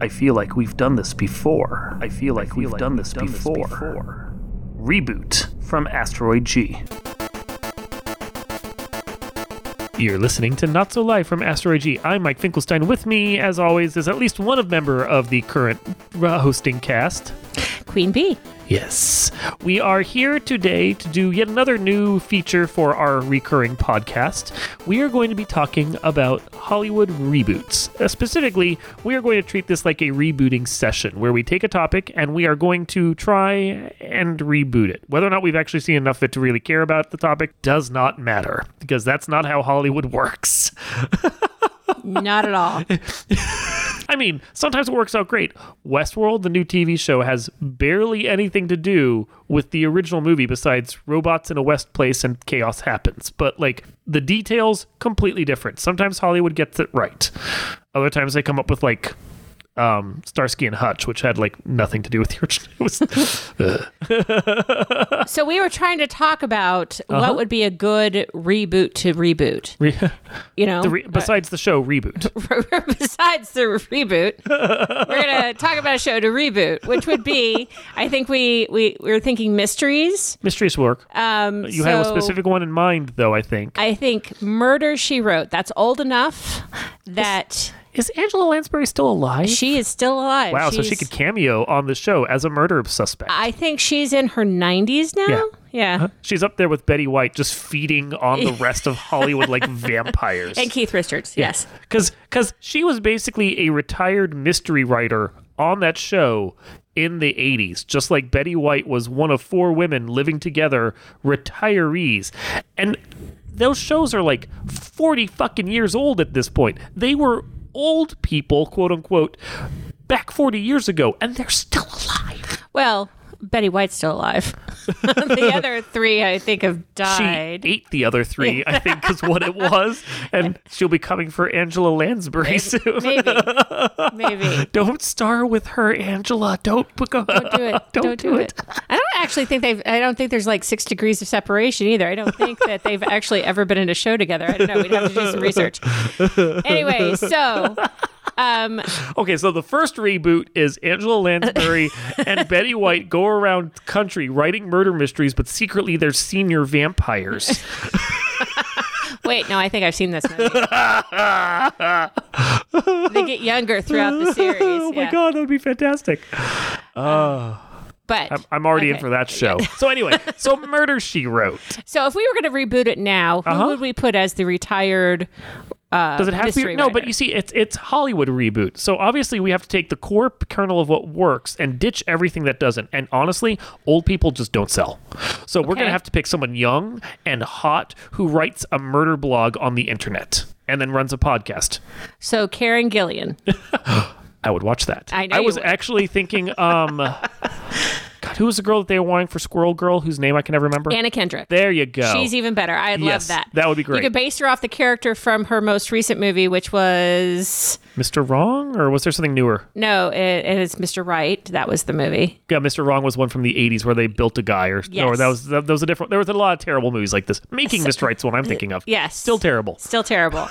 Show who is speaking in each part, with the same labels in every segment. Speaker 1: I feel like we've done this before. I feel like we've done this before. Reboot from Asteroid G.
Speaker 2: You're listening to Not So Live from Asteroid G. I'm Mike Finkelstein. With me, as always, is at least one of member of the current uh, hosting cast.
Speaker 3: Queen Bee.
Speaker 2: Yes. We are here today to do yet another new feature for our recurring podcast. We are going to be talking about Hollywood reboots. Uh, specifically, we are going to treat this like a rebooting session where we take a topic and we are going to try and reboot it. Whether or not we've actually seen enough of it to really care about the topic does not matter because that's not how Hollywood works.
Speaker 3: Not at all.
Speaker 2: I mean, sometimes it works out great. Westworld, the new TV show, has barely anything to do with the original movie besides robots in a West place and chaos happens. But, like, the details completely different. Sometimes Hollywood gets it right, other times they come up with, like, um, Starsky and Hutch, which had like nothing to do with the original. It was,
Speaker 3: So we were trying to talk about
Speaker 2: Uh-huh.
Speaker 3: what would be a good reboot to reboot.
Speaker 2: re-
Speaker 3: You know,
Speaker 2: the re- besides the show reboot.
Speaker 3: besides the reboot, we're gonna talk about a show to reboot, which would be. I think we we, we were thinking mysteries.
Speaker 2: Mysterious work.
Speaker 3: Um,
Speaker 2: You had a
Speaker 3: so
Speaker 2: specific one in mind, though. I think
Speaker 3: I think Murder She Wrote. That's old enough that
Speaker 2: is Angela Lansbury still alive?
Speaker 3: she is still alive.
Speaker 2: Wow, so she
Speaker 3: She's-
Speaker 2: could cameo on the show as a murder suspect.
Speaker 3: I think she's in her 90s now.
Speaker 2: Yeah. Uh-huh.
Speaker 3: yeah.
Speaker 2: She's up there with Betty White, just feeding on the rest of Hollywood like vampires.
Speaker 3: And Keith Richards. Yes.
Speaker 2: Because because she was basically a retired mystery writer on that show in the 80s, just like Betty White was one of four women living together, retirees, and those shows are like 40 fucking years old at this point. They were old people, quote unquote, back 40 years ago, and they're still alive.
Speaker 3: Well, Betty White's still alive. the other three, I think, have
Speaker 2: she
Speaker 3: died.
Speaker 2: ate the other three, I think is what it was. And she'll be coming for Angela Lansbury soon.
Speaker 3: Maybe. Maybe.
Speaker 2: Don't star with her, Angela. Don't become. Don't
Speaker 3: Do it. Don't, do it. I don't actually think they've, I don't think there's like six degrees of separation either. I don't think that they've actually ever been in a show together. I don't know. We'd have to do some research. Anyway, so um,
Speaker 2: Okay, so the first reboot is Angela Lansbury and Betty White go around the country writing murder mysteries, but secretly they're senior vampires. Oh,
Speaker 3: wait, no, I think I've seen this movie. they get younger throughout the series.
Speaker 2: oh my
Speaker 3: yeah.
Speaker 2: god, that would be fantastic.
Speaker 3: But
Speaker 2: I'm, I'm already in
Speaker 3: Okay.
Speaker 2: for that show. So anyway, so Murder She Wrote.
Speaker 3: So if we were going to reboot it now, who would we put as the retired? Uh,
Speaker 2: Uh-huh. Does it have to be?
Speaker 3: mystery
Speaker 2: No, but
Speaker 3: writer?
Speaker 2: you see, it's it's Hollywood reboot. So obviously, we have to take the core kernel of what works and ditch everything that doesn't. And honestly, old people just don't sell. So we're gonna
Speaker 3: Okay.
Speaker 2: have to pick someone young and hot who writes a murder blog on the internet and then runs a podcast.
Speaker 3: So Karen Gillian.
Speaker 2: I would watch that.
Speaker 3: I know you
Speaker 2: was
Speaker 3: would.
Speaker 2: actually thinking, um, God, who was the girl that they were wanting for Squirrel Girl, whose name I can never remember?
Speaker 3: Anna Kendrick.
Speaker 2: there you go.
Speaker 3: She's even better. I'd
Speaker 2: Yes,
Speaker 3: love that.
Speaker 2: that would be great.
Speaker 3: You could base her off the character from her most recent movie, which was
Speaker 2: Mr. Wrong, or was there something newer?
Speaker 3: no, it, it is Mr. Right. That was the movie.
Speaker 2: Yeah, Mr. Wrong was one from the '80s where they built a guy, or
Speaker 3: Yes.
Speaker 2: or that was that, that was a different. There was a lot of terrible movies like this. Making Mr. Right's one I'm thinking of.
Speaker 3: Yes.
Speaker 2: still terrible.
Speaker 3: Still terrible.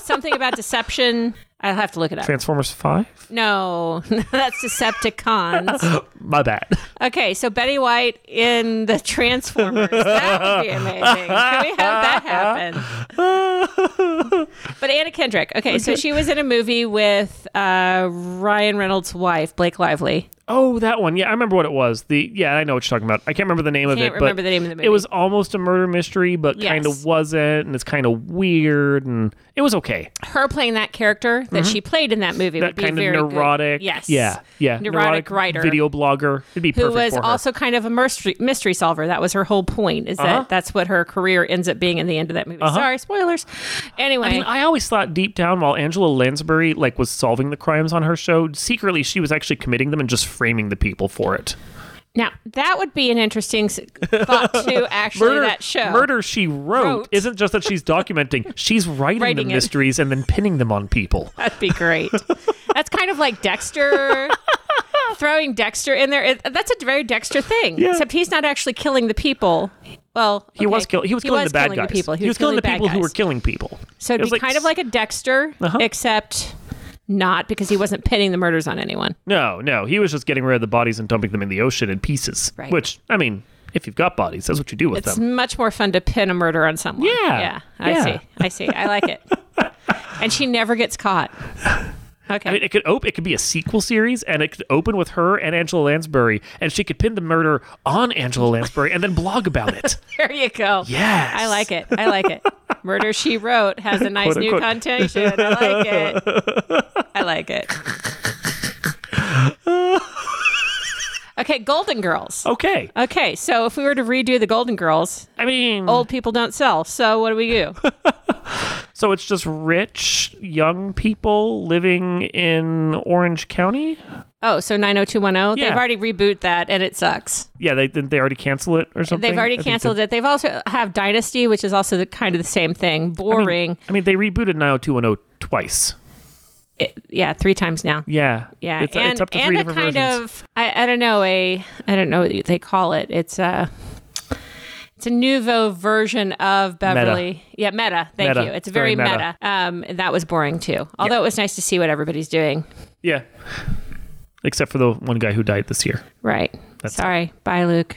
Speaker 3: Something about deception. I'll have to look it up.
Speaker 2: Transformers Five.
Speaker 3: No, that's Decepticons.
Speaker 2: My bad.
Speaker 3: Okay, so Betty White in the Transformers. That would be amazing. Can we have that happen? But Anna Kendrick. Okay, so she was in a movie with uh, Ryan Reynolds' wife, Blake Lively.
Speaker 2: oh, that one. Yeah, I remember what it was. The yeah, I know what you're talking about. I can't remember the name of it.
Speaker 3: Can't
Speaker 2: but
Speaker 3: remember the name of the movie.
Speaker 2: It was almost a murder mystery, but
Speaker 3: Yes.
Speaker 2: kind of wasn't, and it's kind of weird, and it was okay.
Speaker 3: Her playing that character that she played in that movie
Speaker 2: Mm-hmm. That
Speaker 3: would be
Speaker 2: kind of
Speaker 3: very good.
Speaker 2: neurotic.
Speaker 3: Yes.
Speaker 2: Yeah. Yeah.
Speaker 3: Neurotic, writer
Speaker 2: Video blogger. It'd be
Speaker 3: who
Speaker 2: perfect
Speaker 3: was
Speaker 2: for her.
Speaker 3: also kind of a mystery, mystery solver. That was her whole point. Is
Speaker 2: Uh-huh.
Speaker 3: that that's what her career ends up being in the end of that movie. Sorry, spoilers. Anyway,
Speaker 2: I mean, I always thought deep down, while Angela Lansbury like was solving the crimes on her show, secretly she was actually committing them and just framing the people for it.
Speaker 3: Now that would be an interesting s- thought to actually that show.
Speaker 2: Murder She wrote,
Speaker 3: Wrote.
Speaker 2: isn't just that she's documenting; she's writing,
Speaker 3: Writing
Speaker 2: the
Speaker 3: it.
Speaker 2: mysteries and then pinning them on people.
Speaker 3: That'd be great. that's kind of like Dexter. Throwing Dexter in there. It- that's a very Dexter thing.
Speaker 2: Yeah.
Speaker 3: Except he's not actually killing the people. Well,
Speaker 2: He was kill-
Speaker 3: killing.
Speaker 2: he was killing the bad
Speaker 3: killing
Speaker 2: guys.
Speaker 3: people.
Speaker 2: He was killing the
Speaker 3: bad
Speaker 2: people who
Speaker 3: guys.
Speaker 2: were killing people.
Speaker 3: So
Speaker 2: It was
Speaker 3: it'd be kind of like a Dexter, except not because he wasn't pinning the murders on anyone.
Speaker 2: No, no. He was just getting rid of the bodies and dumping them in the ocean in pieces.
Speaker 3: Right.
Speaker 2: Which, I mean, if you've got bodies, that's what you do with
Speaker 3: It's
Speaker 2: them.
Speaker 3: much more fun to pin a murder on someone.
Speaker 2: Yeah.
Speaker 3: Yeah. I
Speaker 2: Yeah.
Speaker 3: see. I see. I like it. and she never gets caught. Okay.
Speaker 2: I mean, it could op- it could be a sequel series, and it could open with her and Angela Lansbury, and she could pin the murder on Angela Lansbury and then blog about it.
Speaker 3: there you go.
Speaker 2: Yes.
Speaker 3: I like it. I like it. Murder She Wrote has a nice
Speaker 2: Quote,
Speaker 3: new
Speaker 2: unquote.
Speaker 3: connotation. I like it. I like it. Okay, Golden Girls.
Speaker 2: Okay.
Speaker 3: Okay, so if we were to redo the Golden Girls,
Speaker 2: I mean,
Speaker 3: old people don't sell. So what do we do?
Speaker 2: so it's just rich young people living in Orange County.
Speaker 3: Oh, so 90210.
Speaker 2: Yeah.
Speaker 3: They've already rebooted that and it sucks.
Speaker 2: Yeah, they didn't they already cancel it or something.
Speaker 3: They've already canceled it. They've also have Dynasty, which is also the, kind of the same thing. Boring.
Speaker 2: I mean, they rebooted 90210 twice.
Speaker 3: It- yeah, three times now.
Speaker 2: Yeah,
Speaker 3: Yeah,
Speaker 2: It's,
Speaker 3: and
Speaker 2: it's up to
Speaker 3: and
Speaker 2: three
Speaker 3: a
Speaker 2: different
Speaker 3: kind
Speaker 2: versions.
Speaker 3: of I, I don't know a I don't know what they call it. It's a it's a nouveau version of Beverly. Yeah, meta. Thank
Speaker 2: Meta.
Speaker 3: you. It's
Speaker 2: It's very
Speaker 3: very,
Speaker 2: meta.
Speaker 3: meta. Um, and that was boring too. Although it was nice to see what everybody's doing.
Speaker 2: yeah, except for the one guy who died this year.
Speaker 3: Right. Sorry. Bye, Luke.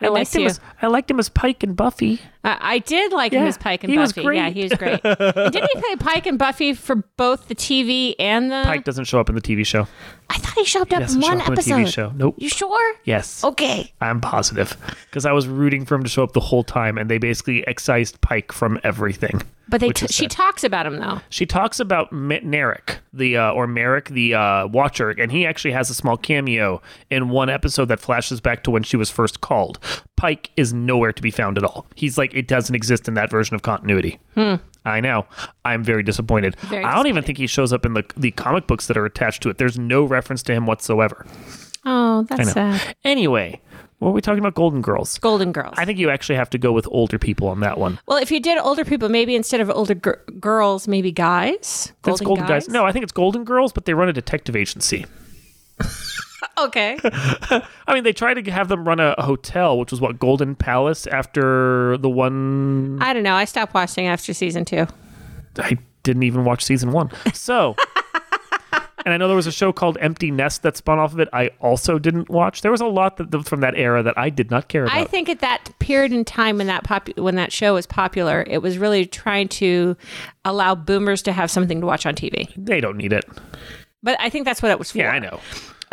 Speaker 3: I,
Speaker 2: I liked
Speaker 3: miss
Speaker 2: him.
Speaker 3: you.
Speaker 2: As, I liked him as Pike and Buffy.
Speaker 3: I I did like
Speaker 2: Yeah,
Speaker 3: Miss Pike and
Speaker 2: he was
Speaker 3: Buffy. Yeah,
Speaker 2: great.
Speaker 3: he was great. And Didn't he play Pike and Buffy for both the TV and the?
Speaker 2: Pike doesn't show up in the TV show.
Speaker 3: I thought he showed up
Speaker 2: Yes,
Speaker 3: in
Speaker 2: show
Speaker 3: one
Speaker 2: up on the
Speaker 3: episode. Oh.
Speaker 2: TV show. Nope.
Speaker 3: You sure?
Speaker 2: Yes.
Speaker 3: Okay.
Speaker 2: I'm positive because I was rooting for him to show up the whole time, and they basically excised Pike from everything.
Speaker 3: But they
Speaker 2: Which
Speaker 3: t-
Speaker 2: is
Speaker 3: she
Speaker 2: sad.
Speaker 3: talks about him though.
Speaker 2: She talks about Ma- Narek, the uh, or Merrick, the uh, Watcher, and he actually has a small cameo in one episode that flashes back to when she was first called. Pike is nowhere to be found at all. He's like it doesn't exist in that version of continuity. I know. I'm very disappointed.
Speaker 3: Hmm. Very
Speaker 2: I don't even think he shows up in the the comic books that are attached to it. There's no reference to him whatsoever.
Speaker 3: Oh, that's
Speaker 2: know.
Speaker 3: sad.
Speaker 2: Anyway, what were we talking about? Golden Girls.
Speaker 3: Golden Girls.
Speaker 2: I think you actually have to go with older people on that one.
Speaker 3: well, if you did older people, maybe instead of older gir girls, maybe guys.
Speaker 2: That's
Speaker 3: Golden,
Speaker 2: Golden
Speaker 3: guys.
Speaker 2: Guys. No, I think it's Golden Girls, but they run a detective agency.
Speaker 3: Okay.
Speaker 2: I mean, they tried to have them run a, a hotel, which was what Golden Palace after the one
Speaker 3: I don't know. I stopped watching after season two.
Speaker 2: I didn't even watch season one. So, and I know there was a show called Empty Nest that spun off of it. I also didn't watch. There was a lot that, from that era that I did not care about.
Speaker 3: I think at that period in time when that pop- when that show was popular, it was really trying to allow boomers to have something to watch on TV.
Speaker 2: they don't need it.
Speaker 3: But I think that's what it was for.
Speaker 2: Yeah, I know.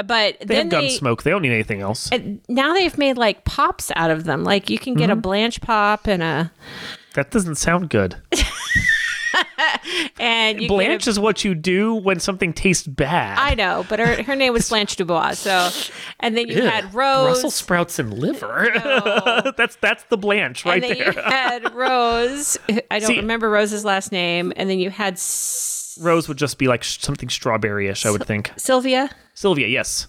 Speaker 3: But
Speaker 2: They
Speaker 3: then
Speaker 2: have gun
Speaker 3: they,
Speaker 2: smoke. They don't need anything else.
Speaker 3: and now they've made like pops out of them. Like you can get a
Speaker 2: Mm-hmm.
Speaker 3: Blanche pop and a
Speaker 2: that doesn't sound good.
Speaker 3: and you get a-
Speaker 2: Blanche is what you do when something tastes bad.
Speaker 3: I know, but her, her name was Blanche Dubois. So, and then you
Speaker 2: Ew,
Speaker 3: had Rose.
Speaker 2: Brussels sprouts and liver. that's that's the Blanche right
Speaker 3: and then
Speaker 2: there.
Speaker 3: you had Rose. I don't
Speaker 2: See-
Speaker 3: remember Rose's last name. And then you had S-
Speaker 2: Rose would just be like sh- something strawberry-ish, I would think.
Speaker 3: Sylvia.
Speaker 2: Sylvia, yes.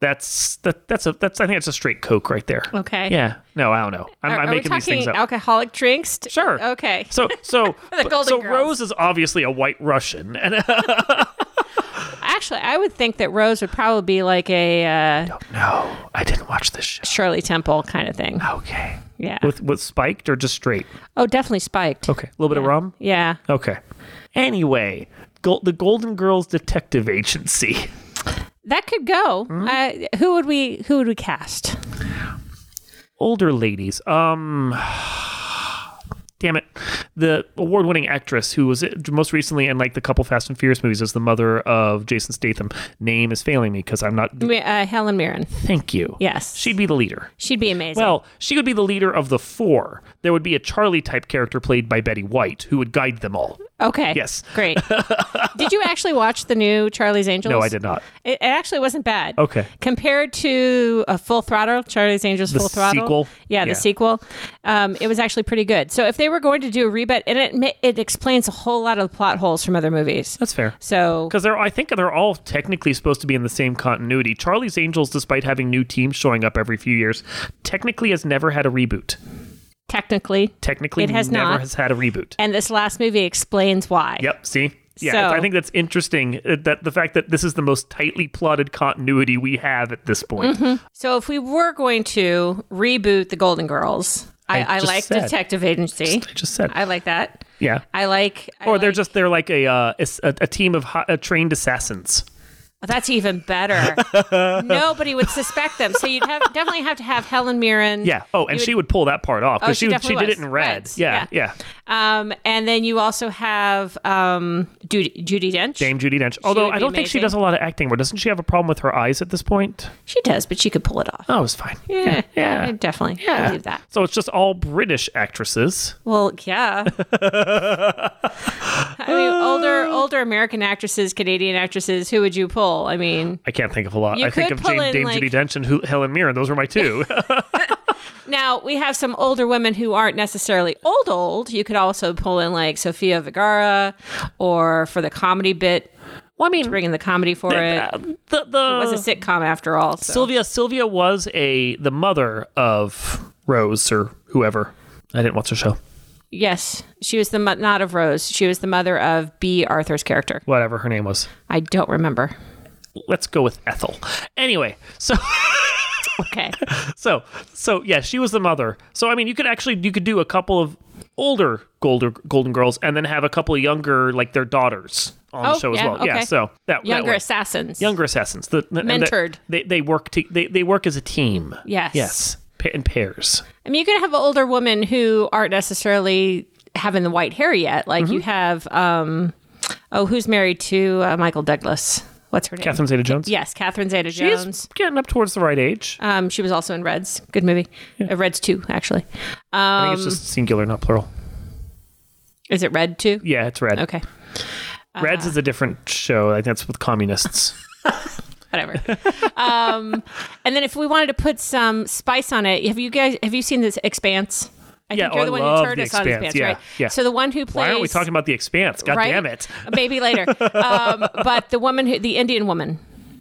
Speaker 2: That's that. That's a. That's. I think it's a straight Coke right there.
Speaker 3: Okay.
Speaker 2: Yeah. No, I don't know. I'm,
Speaker 3: Are,
Speaker 2: I'm
Speaker 3: are
Speaker 2: making
Speaker 3: we
Speaker 2: these
Speaker 3: talking
Speaker 2: things up.
Speaker 3: alcoholic drinks? T-
Speaker 2: Sure.
Speaker 3: Okay.
Speaker 2: So so
Speaker 3: The Golden
Speaker 2: so
Speaker 3: Girls.
Speaker 2: Rose is obviously a white Russian, and uh,
Speaker 3: Actually, I would think that Rose would probably be like a uh,
Speaker 2: no, I didn't watch this show.
Speaker 3: Shirley Temple kind of thing.
Speaker 2: Okay.
Speaker 3: Yeah.
Speaker 2: With with spiked or just straight?
Speaker 3: oh, definitely spiked.
Speaker 2: Okay. A little bit of rum.
Speaker 3: Yeah.
Speaker 2: Okay. Anyway, Gol the Golden Girls Detective Agency.
Speaker 3: That could go.
Speaker 2: Hmm.
Speaker 3: Uh, who would we who would we cast?
Speaker 2: older ladies. Um, damn it, the award-winning actress who was most recently in like the couple Fast and Furious movies is the mother of Jason Statham. Name is failing me because I'm not.
Speaker 3: Mi- Uh, Helen Mirren.
Speaker 2: Thank you.
Speaker 3: Yes.
Speaker 2: she'd be the leader.
Speaker 3: She'd be amazing.
Speaker 2: Well, she would be the leader of the four. There would be a Charlie type character played by Betty White who would guide them all.
Speaker 3: Okay.
Speaker 2: Yes.
Speaker 3: Great. did you actually watch the new Charlie's Angels?
Speaker 2: No, I did not.
Speaker 3: It, it actually wasn't bad.
Speaker 2: Okay.
Speaker 3: Compared to a Full Throttle, Charlie's Angels Full Throttle.
Speaker 2: sequel?
Speaker 3: Yeah, the
Speaker 2: Yeah.
Speaker 3: sequel. Um, it was actually pretty good. So if they were going to do a reboot, and it ma- it explains a whole lot of the plot holes from other movies.
Speaker 2: That's fair.
Speaker 3: So
Speaker 2: Because they're, I think they're all technically supposed to be in the same continuity. Charlie's Angels, despite having new teams showing up every few years, technically has never had a reboot.
Speaker 3: technically,
Speaker 2: technically
Speaker 3: It has
Speaker 2: never
Speaker 3: not.
Speaker 2: has had a reboot.
Speaker 3: and this last movie explains why.
Speaker 2: Yep. See. Yeah,
Speaker 3: So-
Speaker 2: I think that's interesting. uh, That the fact that this is the most tightly plotted continuity
Speaker 3: Mm-hmm.
Speaker 2: we have at this point.
Speaker 3: So if we were going to reboot the Golden Girls, I, I,
Speaker 2: just
Speaker 3: like
Speaker 2: said.
Speaker 3: Detective Agency.
Speaker 2: I just said.
Speaker 3: I like that.
Speaker 2: yeah.
Speaker 3: I like. I
Speaker 2: or they're
Speaker 3: like-
Speaker 2: just they're like a uh, a, a team of hot, uh, trained assassins.
Speaker 3: Oh, that's even better. Nobody would suspect them, so you'd have definitely have to have Helen Mirren.
Speaker 2: Yeah. Oh, and
Speaker 3: You Oh,
Speaker 2: she would pull that part off because
Speaker 3: she
Speaker 2: she would- she
Speaker 3: definitely
Speaker 2: did it
Speaker 3: was.
Speaker 2: in red.
Speaker 3: Reds,
Speaker 2: Yeah, yeah.
Speaker 3: Um, and then you also have um, Judy, Judy Dench.
Speaker 2: Dame Judy Dench. Although
Speaker 3: would
Speaker 2: I
Speaker 3: be
Speaker 2: don't think she
Speaker 3: amazing.
Speaker 2: does a lot of acting. Where doesn't she have a problem with her eyes at this point?
Speaker 3: She does, but she could pull it off.
Speaker 2: Oh, it's fine.
Speaker 3: yeah,
Speaker 2: yeah.
Speaker 3: I definitely believe that.
Speaker 2: So it's just all British actresses.
Speaker 3: Well, yeah. I mean, older older American actresses, Canadian actresses. Who would you pull? I mean,
Speaker 2: I can't think of a lot.
Speaker 3: You
Speaker 2: I think
Speaker 3: could
Speaker 2: of
Speaker 3: pull
Speaker 2: Jane,
Speaker 3: in,
Speaker 2: Dame
Speaker 3: like-
Speaker 2: Judy Dench and Hu- Helen Mirren. Those were my two.
Speaker 3: now we have some older women who aren't necessarily old old. You could also pull in like Sofia Vergara, or for the comedy bit,
Speaker 2: well, I mean,
Speaker 3: bring in the comedy for it.
Speaker 2: uh, the the
Speaker 3: It was a sitcom after all. So.
Speaker 2: Sylvia Sylvia was a the mother of Rose or whoever. I didn't watch her show.
Speaker 3: Yes, she was the mo- not of Rose. She was the mother of B. Arthur's character.
Speaker 2: Whatever her name was.
Speaker 3: I don't remember.
Speaker 2: Let's go with Ethel. Anyway, so
Speaker 3: Okay,
Speaker 2: so so yeah, she was the mother. So I mean, you could actually you could do a couple of older Golden Golden Girls and then have a couple of younger like their daughters on the
Speaker 3: Oh,
Speaker 2: show as
Speaker 3: yeah,
Speaker 2: well. Yeah.
Speaker 3: okay.
Speaker 2: So that
Speaker 3: younger
Speaker 2: that way.
Speaker 3: assassins.
Speaker 2: younger assassins. The, the- and
Speaker 3: Mentored.
Speaker 2: the- they they work to, they they work as a team.
Speaker 3: Yes.
Speaker 2: Yes. Pa- in pairs.
Speaker 3: I mean, you could have older women who aren't necessarily having the white hair yet. Like
Speaker 2: Mm-hmm.
Speaker 3: you have, um, oh, who's married to uh, Michael Douglas? What's her name?
Speaker 2: Catherine Zeta-Jones.
Speaker 3: Yes, Catherine Zeta
Speaker 2: She's
Speaker 3: Jones.
Speaker 2: getting up towards the right age.
Speaker 3: Um, she was also in Reds. Good movie. Uh, Reds 2, actually.
Speaker 2: I
Speaker 3: Um,
Speaker 2: think it's just singular, not plural.
Speaker 3: is it Red 2?
Speaker 2: Yeah, it's red.
Speaker 3: Okay,
Speaker 2: Reds is a different show. I think that's with communists.
Speaker 3: whatever. um, and then if we wanted to put some spice on it, have you guys have you seen this Expanse? I
Speaker 2: Yeah,
Speaker 3: think you're
Speaker 2: oh,
Speaker 3: the
Speaker 2: I
Speaker 3: one
Speaker 2: love
Speaker 3: who turned
Speaker 2: The
Speaker 3: us on
Speaker 2: Expanse.
Speaker 3: Expanse,
Speaker 2: Yeah,
Speaker 3: right?
Speaker 2: yeah.
Speaker 3: So the one who plays
Speaker 2: Why aren't we talking about the expanse? God
Speaker 3: right?
Speaker 2: damn it.
Speaker 3: Maybe later. Um, but the woman, who, the Indian woman,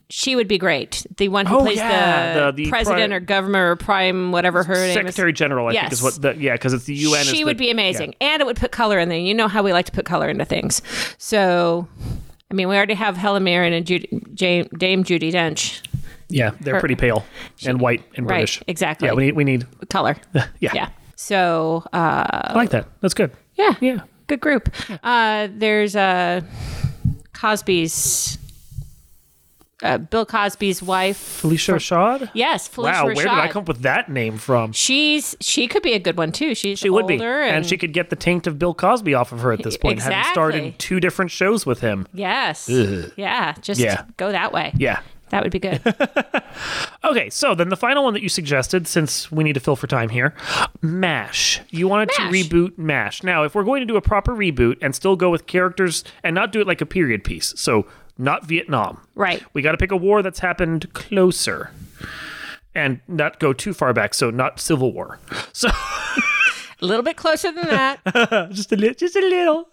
Speaker 3: she would be great. The one who
Speaker 2: Oh,
Speaker 3: plays
Speaker 2: yeah,
Speaker 3: the,
Speaker 2: the- the
Speaker 3: president
Speaker 2: pri-
Speaker 3: or governor or prime, whatever her
Speaker 2: Secretary
Speaker 3: name
Speaker 2: General, I think,
Speaker 3: Yes.
Speaker 2: is what the yeah, because it's the UN.
Speaker 3: is.
Speaker 2: is
Speaker 3: She
Speaker 2: the-
Speaker 3: would be amazing, and it would put color in there. You know how we like to put color into things. So, I mean, we already have Helen Mirren and Judy, Jame, Dame Judy Dench.
Speaker 2: Yeah, they're pretty pale and white and
Speaker 3: Right,
Speaker 2: British.
Speaker 3: exactly.
Speaker 2: Yeah, we need. We need.
Speaker 3: Color,
Speaker 2: Yeah,
Speaker 3: yeah. So, uh,
Speaker 2: I like that. That's good.
Speaker 3: yeah,
Speaker 2: Yeah.
Speaker 3: good group. Uh, there's uh, Cosby's. Uh, Bill Cosby's wife,
Speaker 2: Felicia Rashad.
Speaker 3: Yes, Felicia
Speaker 2: Wow, where did I
Speaker 3: Rashad.
Speaker 2: come up with that name from?
Speaker 3: She's she could be a good one too. She's
Speaker 2: She would be,
Speaker 3: older
Speaker 2: and, she could get the taint of Bill Cosby off of her at this point, having starred in
Speaker 3: Exactly.
Speaker 2: two different shows with him.
Speaker 3: yes, yeah, just
Speaker 2: Yeah.
Speaker 3: go that way.
Speaker 2: Yeah.
Speaker 3: That would be good.
Speaker 2: Okay, so then the final one that you suggested, since we need to fill for time here, MASH. You wanted
Speaker 3: MASH.
Speaker 2: to reboot MASH. Now, if we're going to do a proper reboot and still go with characters and not do it like a period piece, so not Vietnam,
Speaker 3: right.
Speaker 2: we got to pick a war that's happened closer and not go too far back, so not Civil War. So
Speaker 3: A little bit closer than that.
Speaker 2: just a little, just a little.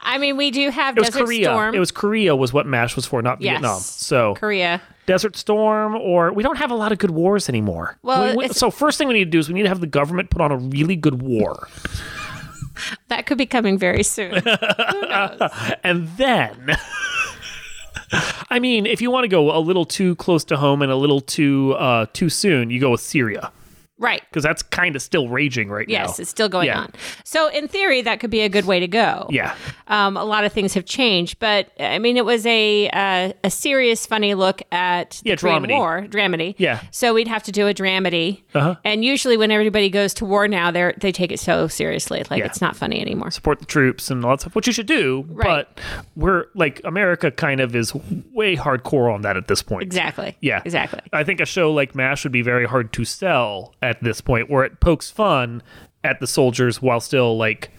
Speaker 3: I mean, we do have
Speaker 2: It was
Speaker 3: Desert
Speaker 2: Korea.
Speaker 3: Storm.
Speaker 2: It was Korea was what MASH was for, not
Speaker 3: Yes.
Speaker 2: Vietnam. So
Speaker 3: Korea.
Speaker 2: Desert Storm, or we don't have a lot of good wars anymore.
Speaker 3: Well,
Speaker 2: We- we-
Speaker 3: it's-
Speaker 2: so first thing we need to do is we need to have the government put on a really good war,
Speaker 3: That could be coming very soon.
Speaker 2: and then. I mean, if you want to go a little too close to home and a little too uh, too soon, you go with Syria
Speaker 3: right.
Speaker 2: because that's kind of still raging right now.
Speaker 3: Yes, it's still going
Speaker 2: Yeah.
Speaker 3: on. So in theory, that could be a good way to go.
Speaker 2: yeah,
Speaker 3: Um, a lot of things have changed, but I mean, it was a uh, a serious, funny look at the
Speaker 2: Yeah,
Speaker 3: Korean
Speaker 2: dramedy.
Speaker 3: War, dramedy.
Speaker 2: Yeah.
Speaker 3: So we'd have to do a dramedy,
Speaker 2: Uh-huh.
Speaker 3: and usually when everybody goes to war now, they they take it so seriously, like
Speaker 2: Yeah.
Speaker 3: it's not funny anymore.
Speaker 2: support the troops and all that stuff, which you should do.
Speaker 3: Right.
Speaker 2: But we're like America, kind of is way hardcore on that at this point.
Speaker 3: Exactly.
Speaker 2: Yeah.
Speaker 3: Exactly.
Speaker 2: I think a show like MASH would be very hard to sell at this point where it pokes fun at the soldiers while still like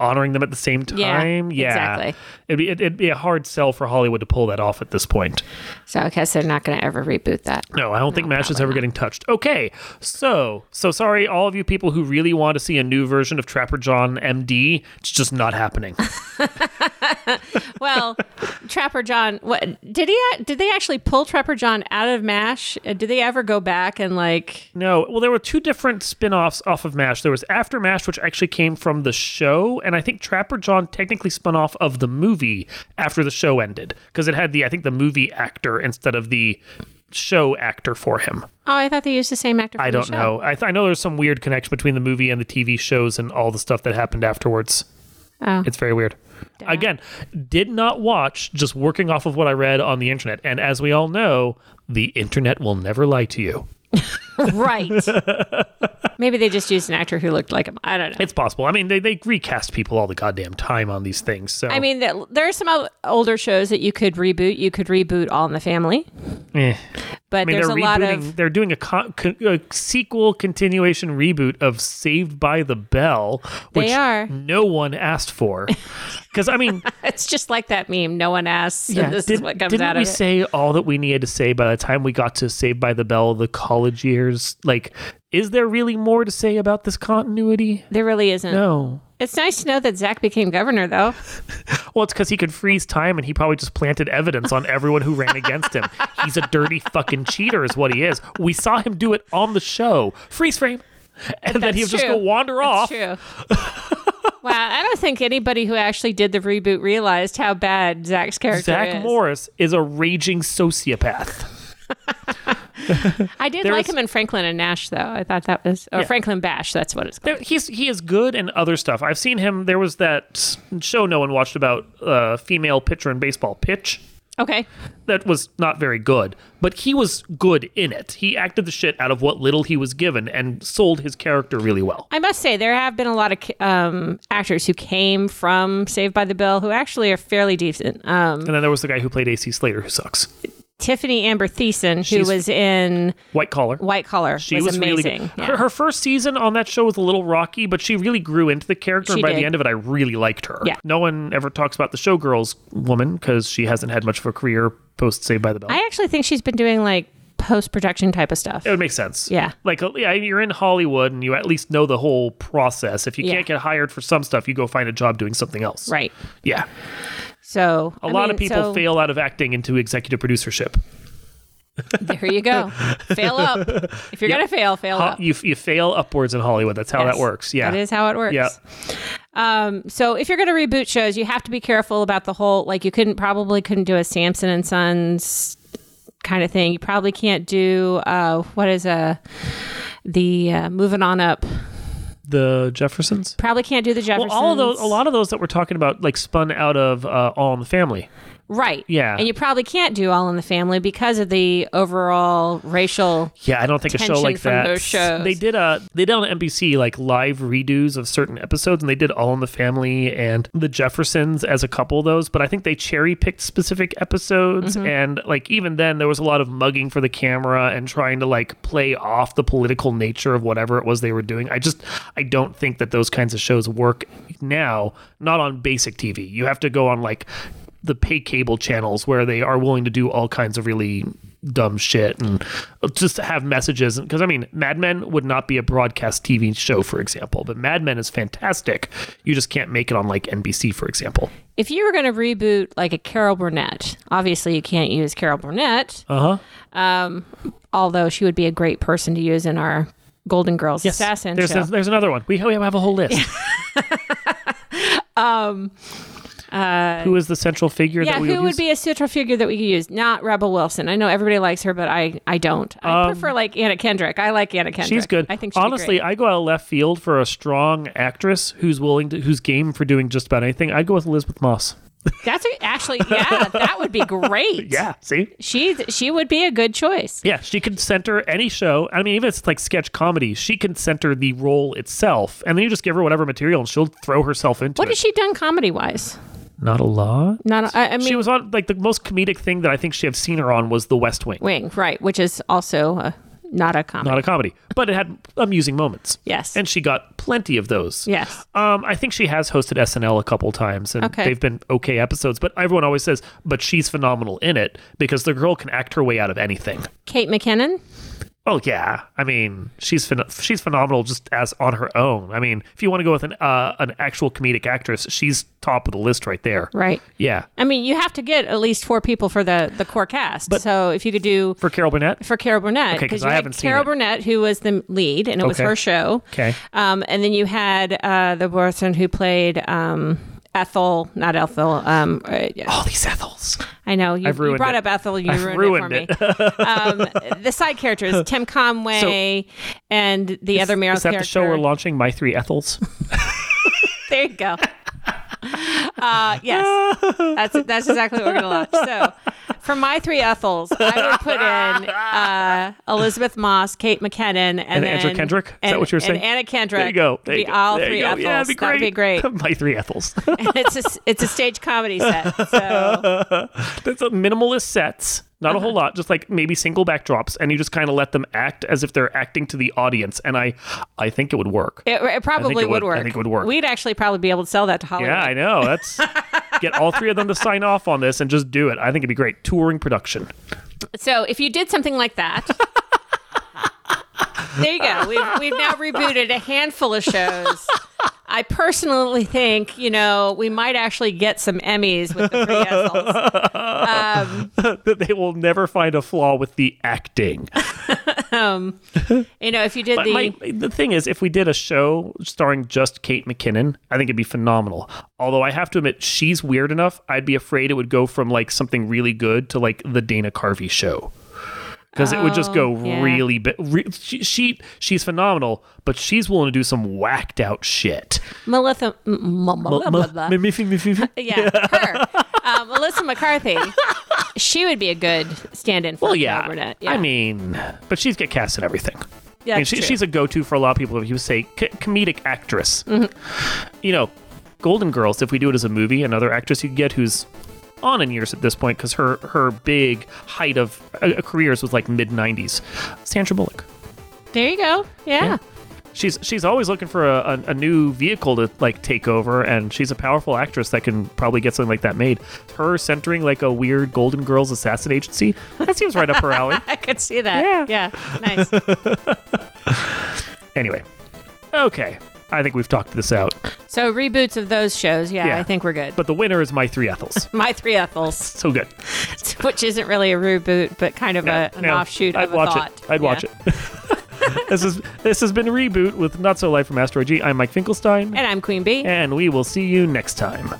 Speaker 2: honoring them at the same
Speaker 3: Yeah,
Speaker 2: time. Yeah.
Speaker 3: exactly.
Speaker 2: It'd be, it'd be a hard sell for Hollywood to pull that off at this point.
Speaker 3: So I guess they're not going to ever reboot that.
Speaker 2: No, I don't think MASH is ever getting touched. Okay. So, so sorry, all of you people who really want to see a new version of Trapper John MD. It's just not happening.
Speaker 3: Well, Trapper John, what did he? a- Did they actually pull Trapper John out of Mash? Uh, Did they ever go back and like?
Speaker 2: No, well, there were two different spin-offs off of MASH. There was After MASH, which actually came from the show, and I think Trapper John technically spun off of the movie after the show ended because it had the I think the movie actor instead of the show actor for him.
Speaker 3: Oh, I thought they used the same actor. For
Speaker 2: I
Speaker 3: the
Speaker 2: don't
Speaker 3: show.
Speaker 2: know. I, th- I know there's some weird connection between the movie and the TV shows and all the stuff that happened afterwards.
Speaker 3: Oh.
Speaker 2: It's very weird. Again, did not watch, just working off of what I read on the internet. And as we all know, the internet will never lie to you.
Speaker 3: Right. Maybe they just used an actor who looked like him. I don't know.
Speaker 2: It's possible. I mean, they, they recast people all the goddamn time on these things. So
Speaker 3: I mean, there there are some o- older shows that you could reboot. You could reboot All in the Family,
Speaker 2: eh.
Speaker 3: but
Speaker 2: I mean,
Speaker 3: there's
Speaker 2: they're
Speaker 3: a lot
Speaker 2: rebooting.
Speaker 3: of
Speaker 2: they're doing a, con- con- a sequel continuation reboot of Saved by the Bell, which
Speaker 3: are.
Speaker 2: no one asked for. Because I mean,
Speaker 3: it's just like that meme. No one asks. and this is
Speaker 2: didn't-
Speaker 3: what comes
Speaker 2: didn't
Speaker 3: out
Speaker 2: we
Speaker 3: of it.
Speaker 2: say all that we needed to say by the time we got to Saved by the Bell, the college years? Like, is there really more to say about this continuity?
Speaker 3: there really isn't.
Speaker 2: No.
Speaker 3: It's nice to know that Zach became governor, though.
Speaker 2: Well, it's because he could freeze time and he probably just planted evidence on everyone who ran against him. He's a dirty fucking cheater, is what he is. We saw him do it on the show. Freeze frame. And then
Speaker 3: That's
Speaker 2: he'll just
Speaker 3: true.
Speaker 2: go wander
Speaker 3: That's
Speaker 2: off.
Speaker 3: true. wow, I don't think anybody who actually did the reboot realized how bad Zach's character
Speaker 2: Zach
Speaker 3: is.
Speaker 2: Morris is a raging sociopath.
Speaker 3: I did
Speaker 2: There
Speaker 3: like
Speaker 2: is-
Speaker 3: him in Franklin and Nash, though. I thought that was oh, Franklin Bash. That's what it's called.
Speaker 2: There- He's he is good in other stuff. I've seen him. There was that s- show no one watched about uh, female pitcher in baseball, pitch.
Speaker 3: okay,
Speaker 2: that was not very good, but he was good in it. He acted the shit out of what little he was given and sold his character really well.
Speaker 3: I must say there have been a lot of um, actors who came from Saved by the Bell who actually are fairly decent. Um,
Speaker 2: And then there was the guy who played AC Slater who sucks.
Speaker 3: Tiffany Amber Thiessen, who
Speaker 2: She's-
Speaker 3: was in
Speaker 2: White collar.
Speaker 3: White Collar,
Speaker 2: She was, really
Speaker 3: amazing.
Speaker 2: good.
Speaker 3: Yeah.
Speaker 2: Her, her first season on that show was a little rocky, but she really grew into the character.
Speaker 3: She
Speaker 2: and by
Speaker 3: did.
Speaker 2: the end of it, I really liked her.
Speaker 3: Yeah.
Speaker 2: No one ever talks about the showgirls woman because she hasn't had much of a career post Saved by the Bell.
Speaker 3: I actually think she's been doing like post production type of stuff.
Speaker 2: it would make sense.
Speaker 3: Yeah.
Speaker 2: Like, uh, yeah, you're in Hollywood and you at least know the whole process. If you
Speaker 3: Yeah.
Speaker 2: can't get hired for some stuff, you go find a job doing something else.
Speaker 3: Right.
Speaker 2: Yeah.
Speaker 3: So
Speaker 2: A lot of people fail out of acting into executive producership.
Speaker 3: There you go. fail up. If you're gonna fail, fail
Speaker 2: Ho-
Speaker 3: up.
Speaker 2: you, you fail upwards in Hollywood. That's how
Speaker 3: Yes.
Speaker 2: that works. Yeah.
Speaker 3: That is how it works.
Speaker 2: Yeah.
Speaker 3: Um, so if you're going to reboot shows, you have to be careful about the whole like you couldn't probably couldn't do a Samson and Sons kind of thing. You probably can't do uh, what is a the uh, moving on up.
Speaker 2: The Jeffersons.
Speaker 3: Probably can't do the
Speaker 2: Well,
Speaker 3: Jeffersons.
Speaker 2: all of those, a lot of those that we're talking about, like spun out of uh, All in the Family.
Speaker 3: right?
Speaker 2: Yeah.
Speaker 3: and you probably can't do All in the Family because of the overall racial.
Speaker 2: Yeah, I don't think a show
Speaker 3: Tension
Speaker 2: like
Speaker 3: from
Speaker 2: that.
Speaker 3: those shows.
Speaker 2: They did a they did on NBC like live redos of certain episodes, and they did All in the Family and The Jeffersons as a couple of those. But I think they cherry picked specific episodes,
Speaker 3: Mm-hmm.
Speaker 2: and like even then, there was a lot of mugging for the camera and trying to like play off the political nature of whatever it was they were doing. I just I don't think that those kinds of shows work now. Not on basic TV. You have to go on like the pay cable channels where they are willing to do all kinds of really dumb shit and just have messages because i mean mad men would not be a broadcast tv show for example but mad men is fantastic you just can't make it on like nbc for example
Speaker 3: If you were going to reboot like a Carol Burnett, obviously you can't use Carol Burnett.
Speaker 2: uh-huh
Speaker 3: Um, although she would be a great person to use in our Golden Girls assassin
Speaker 2: there's,
Speaker 3: show.
Speaker 2: there's, there's another one we, we have a whole list um who is the central figure
Speaker 3: uh, yeah,
Speaker 2: that we
Speaker 3: who would
Speaker 2: use?
Speaker 3: be a sutra figure that we could use? Not Rebel Wilson. I know everybody likes her, but I, I don't. I prefer like Anna Kendrick. I like Anna Kendrick.
Speaker 2: Um, She's good.
Speaker 3: I think she'd be
Speaker 2: honestly,
Speaker 3: great.
Speaker 2: I go out of left field for a strong actress who's willing to, who's game for doing just about anything. I'd go with Elizabeth Moss.
Speaker 3: that's a, actually yeah, that would be great.
Speaker 2: Yeah, see,
Speaker 3: she she would be a good choice.
Speaker 2: yeah, she can center any show. I mean, even if it's like sketch comedy, she can center the role itself, and then you just give her whatever material, and she'll throw herself into
Speaker 3: What
Speaker 2: it.
Speaker 3: has she done comedy wise?
Speaker 2: Not a lot.
Speaker 3: Not I, I mean
Speaker 2: She was on like the most comedic thing that I think she have seen her on was The West Wing.
Speaker 3: Wing right, which is also uh not a comedy.
Speaker 2: Not a comedy, but it had amusing moments.
Speaker 3: Yes.
Speaker 2: and she got plenty of those.
Speaker 3: yes.
Speaker 2: Um, I think she has hosted SNL a couple times, and
Speaker 3: Okay.
Speaker 2: they've been okay episodes. But everyone always says, "But she's phenomenal in it because the girl can act her way out of anything."
Speaker 3: Kate McKinnon.
Speaker 2: Well, yeah, I mean, she's phen- she's phenomenal just as on her own. I mean, if you want to go with an uh, an actual comedic actress, she's top of the list right there.
Speaker 3: Right.
Speaker 2: Yeah,
Speaker 3: I mean, you have to get at least four people for the the core cast. so if you could do
Speaker 2: for Carol Burnett.
Speaker 3: for Carol Burnett,
Speaker 2: Okay, 'cause
Speaker 3: you
Speaker 2: I
Speaker 3: had
Speaker 2: haven't seen
Speaker 3: Carol
Speaker 2: it.
Speaker 3: Burnett, who was the lead, and it was
Speaker 2: Okay.
Speaker 3: her show.
Speaker 2: Okay.
Speaker 3: Um, and then you had uh, the person who played um, Ethel, not Ethel. Um, uh, yeah.
Speaker 2: All these Ethels.
Speaker 3: I know you,
Speaker 2: I've
Speaker 3: you
Speaker 2: ruined
Speaker 3: brought
Speaker 2: it.
Speaker 3: up Ethel. You
Speaker 2: I've
Speaker 3: ruined,
Speaker 2: ruined
Speaker 3: it for me. um, the side characters: Tim Conway and the other Meryl
Speaker 2: Is that
Speaker 3: character.
Speaker 2: the show we're launching? My Three Ethels?
Speaker 3: there you go. Uh, yes, that's that's exactly what we're gonna love. So, for my three Ethels, I would put in uh, Elizabeth Moss, Kate McKinnon, and,
Speaker 2: And Anna
Speaker 3: then-
Speaker 2: Kendrick? Is that
Speaker 3: and-
Speaker 2: what you were
Speaker 3: And
Speaker 2: saying?
Speaker 3: Anna Kendrick.
Speaker 2: There you go. There
Speaker 3: would
Speaker 2: you
Speaker 3: be
Speaker 2: go.
Speaker 3: all
Speaker 2: There
Speaker 3: three
Speaker 2: you go.
Speaker 3: Ethels.
Speaker 2: Yeah, that'd be great.
Speaker 3: great.
Speaker 2: My Three Ethels.
Speaker 3: And it's a s- it's a stage comedy set. So
Speaker 2: That's a minimalist sets, not a whole lot, just like maybe single backdrops, and you just kind of let them act as if they're acting to the audience. And I, I think it would work.
Speaker 3: it, it probably
Speaker 2: it would- I
Speaker 3: work.
Speaker 2: think it would work.
Speaker 3: We'd actually probably be able to sell that to Hollywood.
Speaker 2: yeah, I know. That's get all three of them to sign off on this and just do it. I think it'd be great touring production.
Speaker 3: So if you did something like that, there you go. We've, we've now rebooted a handful of shows. I personally think, you know, we might actually get some Emmys with the three Ethels.
Speaker 2: That they will never find a flaw with the acting.
Speaker 3: You know, if you did the.
Speaker 2: My, the thing is, if we did a show starring just Kate McKinnon, I think it'd be phenomenal. Although I have to admit, she's weird enough. I'd be afraid it would go from like something really good to like the Dana Carvey show. Because it would just go
Speaker 3: Oh, yeah.
Speaker 2: really big. Re- she, she she's phenomenal, but she's willing to do some whacked out shit.
Speaker 3: Melissa. m- m- m- blah, blah, blah. Yeah, her. Uh, Melissa McCarthy. She would be a good stand in for
Speaker 2: Well,
Speaker 3: Carol
Speaker 2: yeah.
Speaker 3: Burnett.
Speaker 2: I mean, but she's get cast in everything.
Speaker 3: Yeah,
Speaker 2: I mean,
Speaker 3: that's
Speaker 2: she,
Speaker 3: true.
Speaker 2: she's a go-to for a lot of people. If you say co- comedic actress,
Speaker 3: Mm-hmm.
Speaker 2: you know, Golden Girls. If we do it as a movie, another actress you could get who's on in years at this point because her her big height of uh, careers was like mid '90s. Sandra Bullock.
Speaker 3: there you go. yeah.
Speaker 2: She's she's always looking for a, a, a new vehicle to like take over, and she's a powerful actress that can probably get something like that made. Her centering like a weird Golden Girls assassin agency that seems right up her alley.
Speaker 3: I could see that. Yeah. Nice.
Speaker 2: Anyway, okay. I think we've talked this out.
Speaker 3: So reboots of those shows. Yeah,
Speaker 2: Yeah.
Speaker 3: I think we're good.
Speaker 2: But the winner is my three Ethels.
Speaker 3: My three Ethels.
Speaker 2: so good.
Speaker 3: which isn't really a reboot, but kind of a, an
Speaker 2: No,
Speaker 3: offshoot
Speaker 2: I'd
Speaker 3: of a
Speaker 2: watch
Speaker 3: thought.
Speaker 2: it. I'd watch it. this is this has been reboot with Not So Life from Asteroid G. I'm Mike Finkelstein,
Speaker 3: And I'm Queen Bee.
Speaker 2: and we will see you next time.